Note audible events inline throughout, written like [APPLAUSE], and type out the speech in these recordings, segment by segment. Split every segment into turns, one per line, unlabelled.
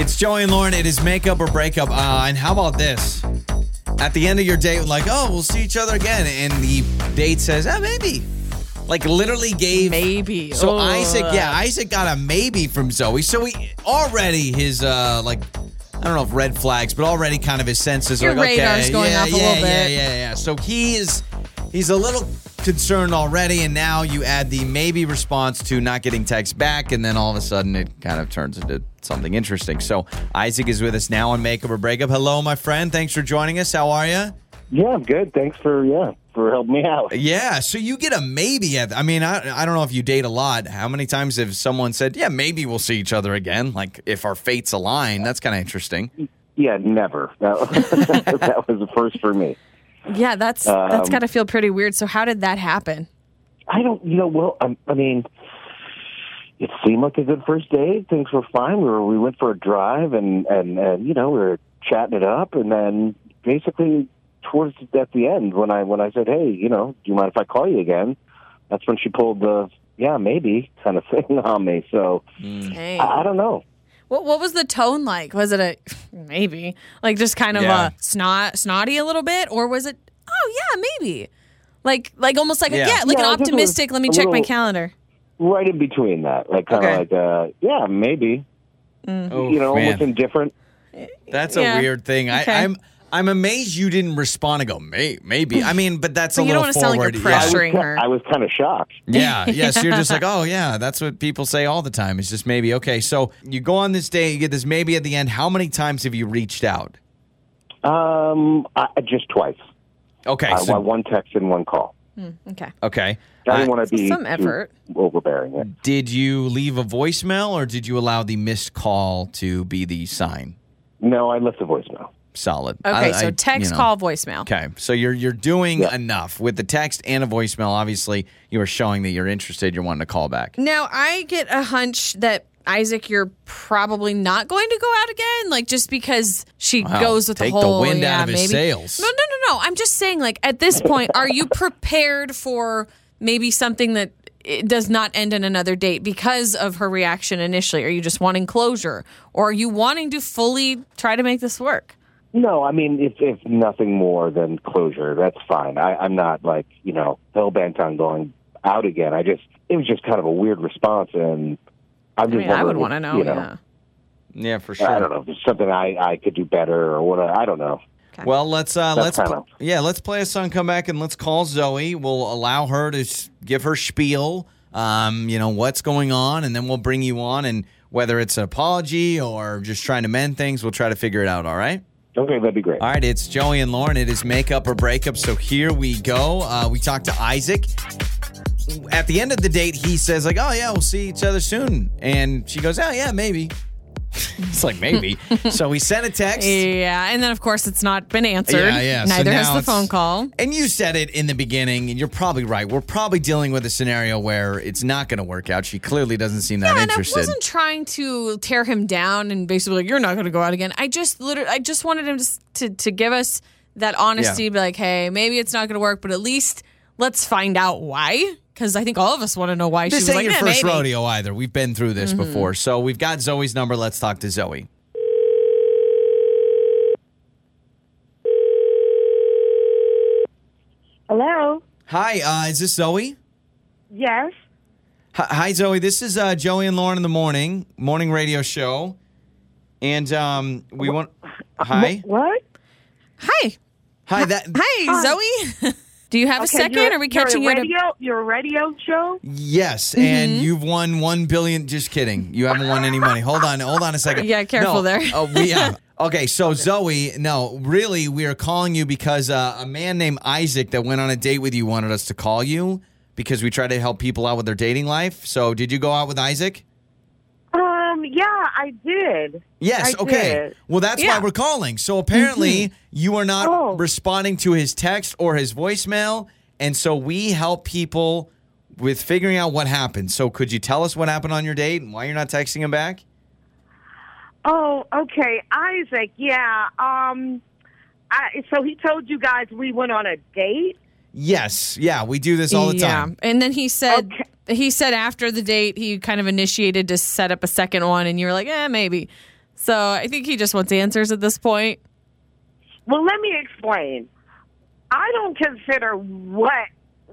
Joey and Lauren. It is makeup or breakup. Uh, and how about this? At the end of your date, like, oh, we'll see each other again, and the date says, ah, maybe. Like literally gave
Maybe.
So
Ugh.
Isaac, yeah, Isaac got a maybe from Zoe. So he already his uh like I don't know if red flags, but already kind of his senses
Your
are like,
radar's
okay,
going
yeah,
off a
yeah,
little
yeah,
bit.
yeah, yeah. So he is he's a little concerned already, and now you add the maybe response to not getting text back, and then all of a sudden it kind of turns into something interesting. So Isaac is with us now on Makeup or Breakup. Hello, my friend. Thanks for joining us. How are you?
Yeah, I'm good. Thanks for yeah for helping me out.
Yeah, so you get a maybe. At, I mean, I, I don't know if you date a lot. How many times have someone said, "Yeah, maybe we'll see each other again"? Like if our fates align, that's kind of interesting.
Mm-hmm. Yeah, never. [LAUGHS] That, that was the first for me.
Yeah, that's that's
Um,
got to feel pretty weird. So how did that happen?
I don't. You know, well, I, I mean, it seemed like a good first date. Things were fine. We were we went for a drive and and and you know we were chatting it up and then basically towards at the end when I when I said hey you know do you mind if I call you again, that's when she pulled the yeah maybe [LAUGHS] kind of thing on me. So
Hmm.
Dang.
I, I don't know.
What what was the tone like? Was it a [LAUGHS] maybe like just kind of
Yeah.
a snot snotty a little bit, or was it oh yeah maybe like like almost like
Yeah.
a, yeah like
Yeah, I
an
think it was
optimistic? Let me
a
check my
little-
calendar.
Right in between that, like kind
Okay.
of like uh, yeah maybe
Oh
you know
man,
almost indifferent.
that's
Yeah.
a weird thing.
Okay.
I, I'm I'm amazed you didn't respond and go, "May maybe." I mean, but that's
But
a
you don't
little
wanna sound like
forward.
you're
Yeah.
pressuring. During her.
I was, I was kind of shocked.
Yeah, yeah. So you're just like, oh yeah, that's what people say all the time. It's just maybe okay. So you go on this day, you get this maybe at the end. How many times have you reached out?
Um, I, just twice.
Okay,
I, I-
so,
one text and one call.
Okay,
okay.
I didn't
Uh,
want to
So
be
some
too
effort.
overbearing. It.
Did you leave a voicemail or did you allow the missed call to be the sign?
No, I left a voicemail.
Solid.
okay.
I- I-
so
you
text,
know.
call, voicemail.
Okay, so you're you're doing
Yeah.
enough with the text and a voicemail. Obviously, you are showing that you're interested. You're wanting to call back.
Now I get a hunch that Isaac, you're probably not going to go out again, like just because she
Wow,
goes with
take
the
the
whole
wind
yeah,
out of his
maybe.
sails.
No, no, no, no. I'm just saying, like at this point, are you prepared for maybe something that it does not end in another date because of her reaction initially? Are you just wanting closure, or are you wanting to fully try to make this work?
No, I mean, if, if nothing more than closure, that's fine. I, I'm not like, you know, hell bent on going out again. I just, it was just kind of a weird response. And I'm
I
just
mean, I would
wondering
want to
if,
know.
you know,
yeah.
Yeah, for sure.
I don't know. If there's something I, I could do better or what. I don't know.
Well, let's uh, let's
That's
pl-
fine.
yeah, let's play a song, come back, and let's call Zoe. We'll allow her to s- give her spiel. Um, you know what's going on, and then we'll bring you on. And whether it's an apology or just trying to mend things, we'll try to figure it out. All right.
Okay, that'd be great.
All right, it's Joey and Lauren. It is makeup or breakup. So here we go. Uh, we talked to Isaac. At the end of the date, he says like, "Oh yeah, we'll see each other soon," and she goes, "Oh yeah, maybe." [LAUGHS] it's like maybe. so we sent a text.
Yeah, and then of course it's not been answered.
Yeah, yeah. So
Neither
now
has the
it's-
phone call.
And you said it in the beginning, and you're probably right. We're probably dealing with a scenario where it's not going to work out. She clearly doesn't seem that
and I
interested.
wasn't trying to tear him down and basically like you're not going to go out again. I just literally, I just wanted him to s- to, to give us that honesty,
Yeah.
be like, hey, maybe it's not going to work, but at least let's find out why, because I think all of us want to know why she
this
was
ain't
like,
your
"Eh,
first
maybe." Mm-hmm.
rodeo either. We've been through this before. So we've got Zoe's number. Let's talk to Zoe.
Hello.
Hi, uh, is this Zoe?
Yes.
Hi, hi, Zoe. This is uh, Joey and Lauren in the morning morning radio show, and um, we want. Hi,
What?
Hi,
hi. That
hi, Zoe. [LAUGHS] Do you have a second?
you're-
Are we catching
you're
you?
a
at a-
radio, Your radio show?
yes,
Mm-hmm.
and you've won one billion. Just kidding. You haven't won any money. Hold on. Hold on a second.
Yeah, careful
No,
there.
Oh, we, yeah.
[LAUGHS]
Okay, so Zoe, no, really, we are calling you because uh, a man named Isaac that went on a date with you wanted us to call you because we try to help people out with their dating life. So, did you go out with Isaac?
Um. Yeah, I did.
Yes.
I
okay.
did.
Well, that's
Yeah. Mm-hmm.
why we're calling. So apparently, you are not
Oh.
responding to his text or his voicemail, and so we help people with figuring out what happened. So could you tell us what happened on your date and why you're not texting him back?
Oh. Okay. Isaac. Yeah. Um. I. So he told you guys we went on a date.
Yes. Yeah, we do this all the
yeah,
time.
and then he said. He said after the date, he kind of initiated to set up a second one, and you were like, eh, maybe. So I think he just wants answers at this point.
Well, let me explain. I don't consider what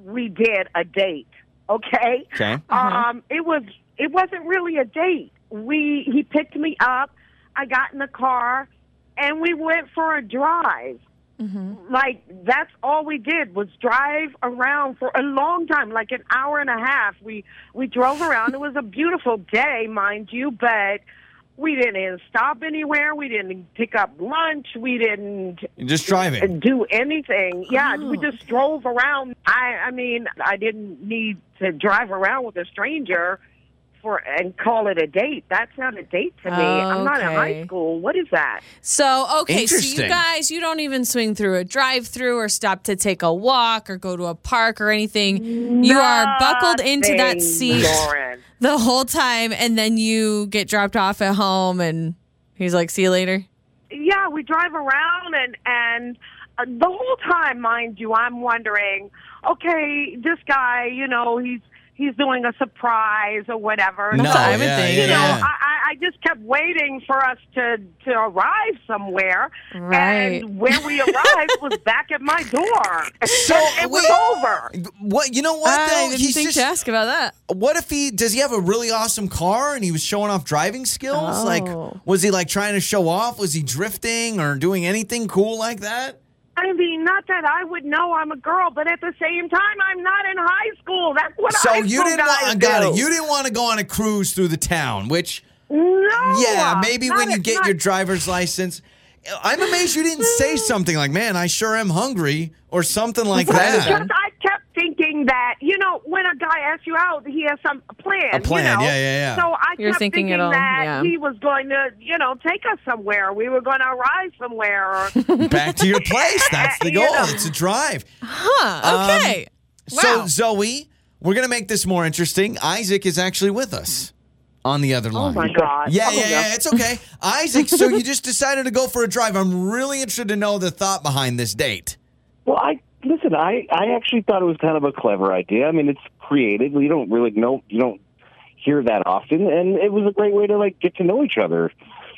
we did a date. Okay.
Okay.
Mm-hmm.
Um, it was it wasn't really a date. We he picked me up. I got in the car, and we went for a drive. Like that's all we did was drive around for a long time, like an hour and a half. We we drove around. it was a beautiful day, mind you, but we didn't stop anywhere. We didn't pick up lunch. We didn't
Just driving.
do anything. Yeah, we
Oh.
just drove around. I I mean, I didn't need to drive around with a stranger for and call it a date. That's not a date to me. I'm not in
Okay.
high school. What is that?
So okay, so
Interesting.
you guys, you don't even swing through a drive-through or stop to take a walk or go to a park or anything. You are buckled into that
Nothing,
seat
Ah, Lauren.
the whole time, and then you get dropped off at home, and he's like, "See you later."
yeah, we drive around and and uh, the whole time, mind you, I'm wondering, okay, this guy, you know, he's he's doing a surprise or whatever.
no,
what I would
yeah,
think.
yeah,
you know,
yeah.
I, I- I just kept waiting for us to to arrive somewhere,
Right.
and where we arrived was
[LAUGHS]
back at my door.
So,
And
wait.
it was over.
What you know? What
I
though?
didn't
He's
think
just.
to ask about that.
What if he does? He have a really awesome car, and he was showing off driving skills. Like,
Oh.
was he like trying to show off? Was he drifting or doing anything cool like that?
I mean, not that I would know I'm a girl, but at the same time, I'm not in high school. That's what
So
high
you
school
didn't
guys
want. Got
do.
it. You didn't want to go on a cruise through the town, which
no.
Yeah, maybe
not
when you
at-
get
not-
your driver's license. I'm amazed you didn't say something like, "Man, I sure am hungry" or something like
Because
that.
I kept thinking that, you know, when a guy asks you out, he has some plan.
A plan,
you know?
yeah, yeah, yeah.
So I
You're
kept
thinking
thinking,
it all,
that
yeah.
he was going to, you know, take us somewhere. We were going to arrive
[LAUGHS]
somewhere. Or,
Oh
Back to your place. That's the
[LAUGHS] You
goal.
know.
It's a drive. Um,
Huh? Okay.
So
wow.
Zoe, we're gonna make this more interesting. Isaac is actually with us on the other
oh
line.
my God.
Yeah,
Oh,
yeah,
no.
yeah, it's okay. Isaac, so you just decided to go for a drive. I'm really interested to know the thought behind this date.
Well, I listen. I I actually thought it was kind of a clever idea. I mean, it's creative. You don't really know. You don't hear that often, and it was a great way to like get to know each other.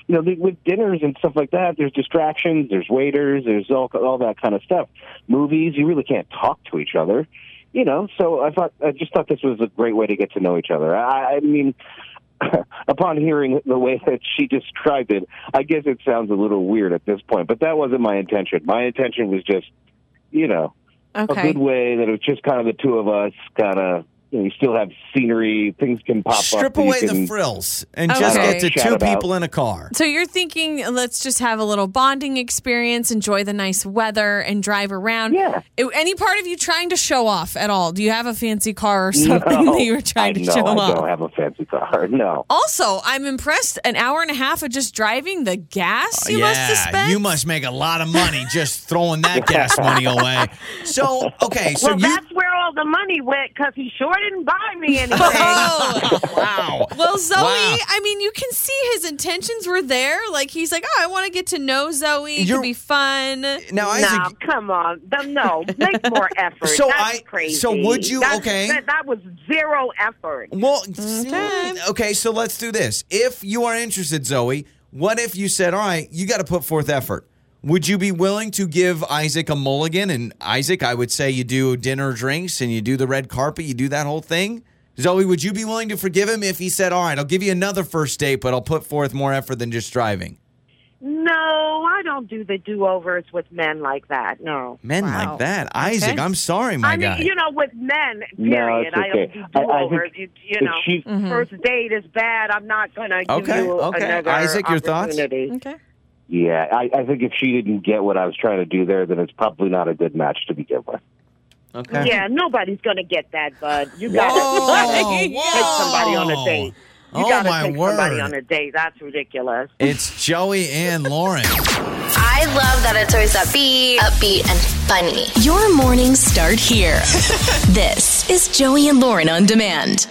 You know, the- with dinners and stuff like that, there's distractions, there's waiters, there's all all that kind of stuff. Movies, you really can't talk to each other. You know, so I thought I just thought this was a great way to get to know each other. I, I mean, [LAUGHS] upon hearing the way [LAUGHS] that she described it, I guess it sounds a little weird at this point, but that wasn't my intention. My intention was just, you know, a
Okay.
good way that it was just kind of the two of us, kind of, you know, you still have scenery, things can pop up.
Strip
that you
away
can-
the frills and just
Oh, Okay.
get to
Chat
two
about.
people in a car.
So you're thinking, let's just have a little bonding experience, enjoy the nice weather, and drive around.
Yeah.
I- Any part of you trying to show off at all? Do you have a fancy car or [LAUGHS] something
No,
that you were trying
I,
to
no,
show
I
off?
don't have a fancy car. No.
Also, I'm impressed. An hour and a half of just driving, the gas you
Uh, yeah,
must have spent.
you must make a lot of money just throwing that gas money away. So okay, so
well,
you
that's where all the money went because he sure didn't buy
[LAUGHS]
me anything.
[LAUGHS] Oh.
wow.
Well, Zoe,
Wow.
I mean, you can see his intentions were there. Like he's like, oh, I want to get to know Zoe. It
You're-
could be fun.
Now
No,
Isaac,
come on. No, no, make more
[LAUGHS]
effort.
So I-
That's crazy.
so would you-
That's-
okay.
That, that was zero effort.
well, okay, so let's do this. If you are interested, Zoe, what if you said, "All right, you got to put forth effort." Would you be willing to give Isaac a mulligan? And Isaac, I would say you do dinner drinks and you do the red carpet, you do that whole thing. Zoe, would you be willing to forgive him if he said, "All right, I'll give you another first date, but I'll put forth more effort than just driving"?
No, I don't do the do overs with men like that. No.
Men
Wow.
like that, Isaac.
Okay.
I'm sorry, my
I mean,
guy.
you know, with men,
No,
period.
it's
I don't
okay.
do
I- I
do overs.
think
You, you
if
know,
she-
first date is bad. I'm not going to give
Mm-hmm. Okay,
you
okay.
another
Isaac, your thoughts?
opportunity.
Okay.
Yeah, I, I think if she didn't get what I was trying to do there, then it's probably not a good match to begin with.
okay.
Yeah, nobody's going to get that, bud. You got
[LAUGHS] Whoa,
to [LAUGHS] take somebody on
whoa.
a date. You
Oh,
gotta
my
take somebody
word.
on a date. That's ridiculous.
It's Joey and Lauren.
I love that it's always upbeat, upbeat, and funny.
[LAUGHS] Your mornings start here. this is Joey and Lauren on demand.